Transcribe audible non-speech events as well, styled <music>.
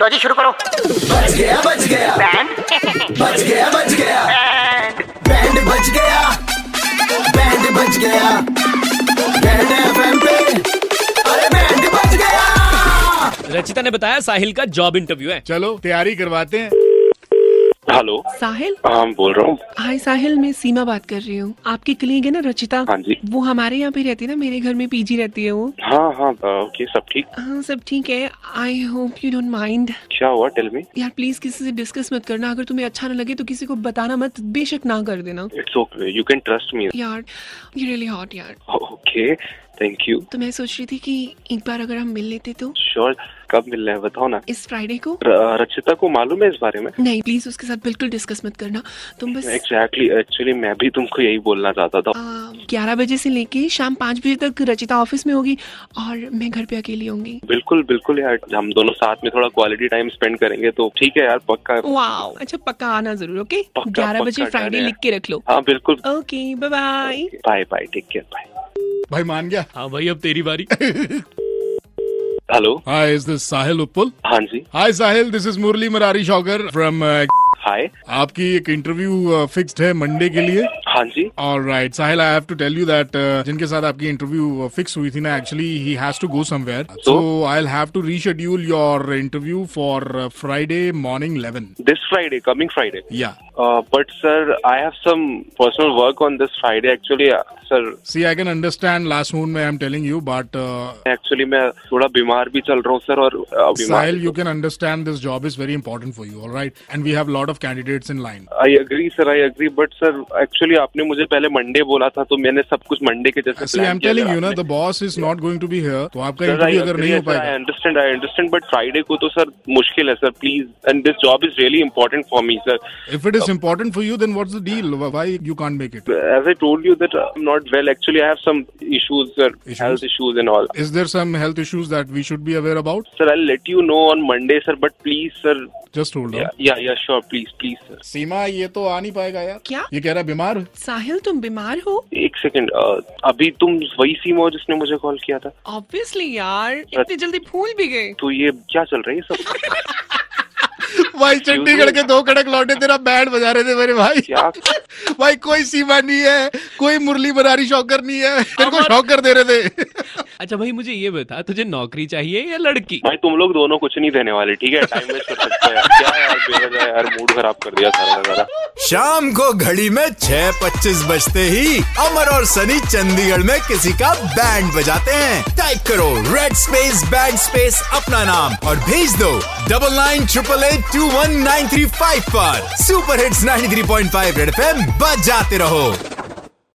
लो जी शुरू करो बच गया बच गया बैंड बच गया बच गया बैंड बच गया बैंड बच गया बैंड एफएम पे अरे बैंड बच गया रचिता ने बताया साहिल का जॉब इंटरव्यू है चलो तैयारी करवाते हैं हेलो साहिल हाँ बोल रहा हूँ हाय साहिल मैं सीमा बात कर रही हूँ आपकी क्लीग है ना रचिता हाँ जी। वो हमारे यहाँ पे रहती है ना मेरे घर में पीजी रहती है वो हाँ हाँ आ, ओके सब ठीक हाँ सब ठीक है I hope you don't mind क्या हुआ टेल मी यार प्लीज किसी से डिस्कस मत करना अगर तुम्हें अच्छा ना लगे तो किसी को बताना मत बेशक ना कर देना it's okay you can trust me यार ये रियली हॉट यार ओके थैंक यू तो मैं सोच रही थी कि एक बार अगर हम मिल लेते तो श्योर कब मिलना है बताओ ना इस फ्राइडे को र- रचिता को मालूम है इस बारे में नहीं प्लीज उसके साथ बिल्कुल डिस्कस मत करना तुम बस एग्जैक्टली एक्चुअली मैं भी तुमको यही बोलना चाहता था ग्यारह बजे से लेके शाम पाँच बजे तक रचिता ऑफिस में होगी और मैं घर पे अकेली होंगी बिल्कुल बिल्कुल यार हम दोनों साथ में थोड़ा क्वालिटी टाइम स्पेंड करेंगे तो ठीक है यार पक्का वाओ <laughs> अच्छा पक्का आना जरूर ओके पक्का, ग्यारह पक्का बजे फ्राइडे डन है। लिख के रख लो हाँ बिल्कुल okay bye bye bye bye take care bye भाई मान गया हाँ भाई अब तेरी <laughs> बारी hello hi is this Sahil उप्पुल हाँ जी hi Sahil this is Murali Marari शॉगर from hi uh, आपकी एक इंटरव्यू फिक्स्ड है मंडे के लिए हाँ जी all right Sahil I have to tell you that uh, जिनके साथ आपकी इंटरव्यू फिक्स हुई थी ना actually he has to go somewhere so I have to reschedule your interview for Friday morning 11 this Friday coming Friday या but sir I have some personal work on this Friday actually sir see I can understand last moon में I am telling you but actually मैं थोड़ा बीमार भी चल रहा हूँ sir और uh, बीमार Sahil, you can understand this job is very important for you, all right? And we have a lot of candidates in line. I agree sir I agree but sir actually आपने मुझे पहले Monday बोला था तो मैंने सब कुछ Monday के जैसे See, I'm telling you, na, the boss is not going to be here. तो आपका इंटरव्यू अगर नहीं हो आई पाएगा understand I understand but Friday को तो सर मुश्किल है sir please and this job is really important for me sir If it is important for you, then what's the deal? Why you can't make it? As I told you that I am not well actually I have some issues sir Issues? Health issues and all Is there some health issues that we should be aware about? Sir I let you know on Monday sir but please sir Just hold on. Yeah yeah sure please please sir Seema ये तो आ नहीं पाएगा यार क्या? ये कह रहा है बीमार है। साहिल तुम बीमार हो एक सेकंड अभी तुम वही सीमा हो जिसने मुझे कॉल किया था ऑब्वियसली यार इतनी अच्छा। जल्दी भूल भी गए तो ये क्या चल रहा है ये सब <laughs> भाई चंडीगढ़ के दो कड़क लौटे तेरा बैंड बजा रहे थे मेरे भाई क्या <laughs> भाई कोई सीमा नहीं है कोई मुरली बनारी शौकर नहीं है तेरे को शौकर दे रहे थे अच्छा भाई मुझे ये बता तुझे नौकरी चाहिए या लड़की भाई तुम लोग दोनों कुछ नहीं देने वाले ठीक है टाइम वेस्ट कर सकते हो यार क्या यार बेवजह यार मूड खराब कर दिया सारा का सारा शाम को घड़ी में छह पच्चीस बजते ही अमर और सनी चंडीगढ़ में किसी का बैंड बजाते हैं टाइप करो रेड स्पेस बैंड स्पेस अपना नाम और भेज दो double nine triple eight two one nine three five पर super hits 93.5 three point five Red F बजाते रहो